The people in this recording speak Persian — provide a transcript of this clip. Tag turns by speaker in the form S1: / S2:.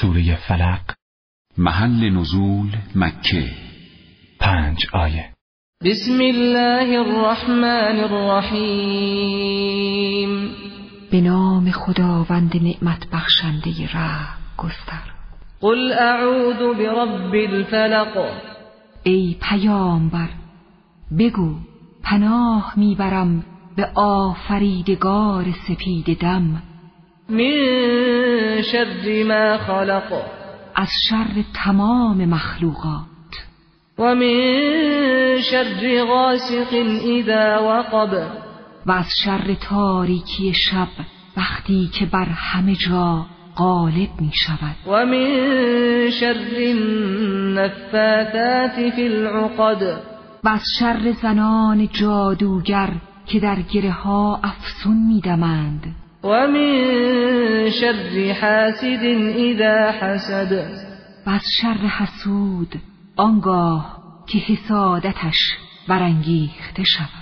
S1: سوره فلق
S2: محل نزول مکه
S1: پنج آیه
S3: بسم الله الرحمن الرحیم
S4: به نام خداوند نعمت بخشنده ره گستر
S3: قل اعوذ برب الفلق
S4: ای پیامبر بگو پناه میبرم به آفریدگار سپید دم
S3: من شر ما خلق
S4: از شر تمام مخلوقات
S3: ومن شر غاسق اذا وقب
S4: و از شر تاریکی شب وقتی که بر همه جا غالب می شود
S3: ومن شر النفاثات في العقد
S4: و از شر زنان جادوگر که در گره ها افسون می دمند
S3: ومن شر حاسد إذا حسد
S4: و از شر حسود آنگاه که حسادتش برانگیخته شود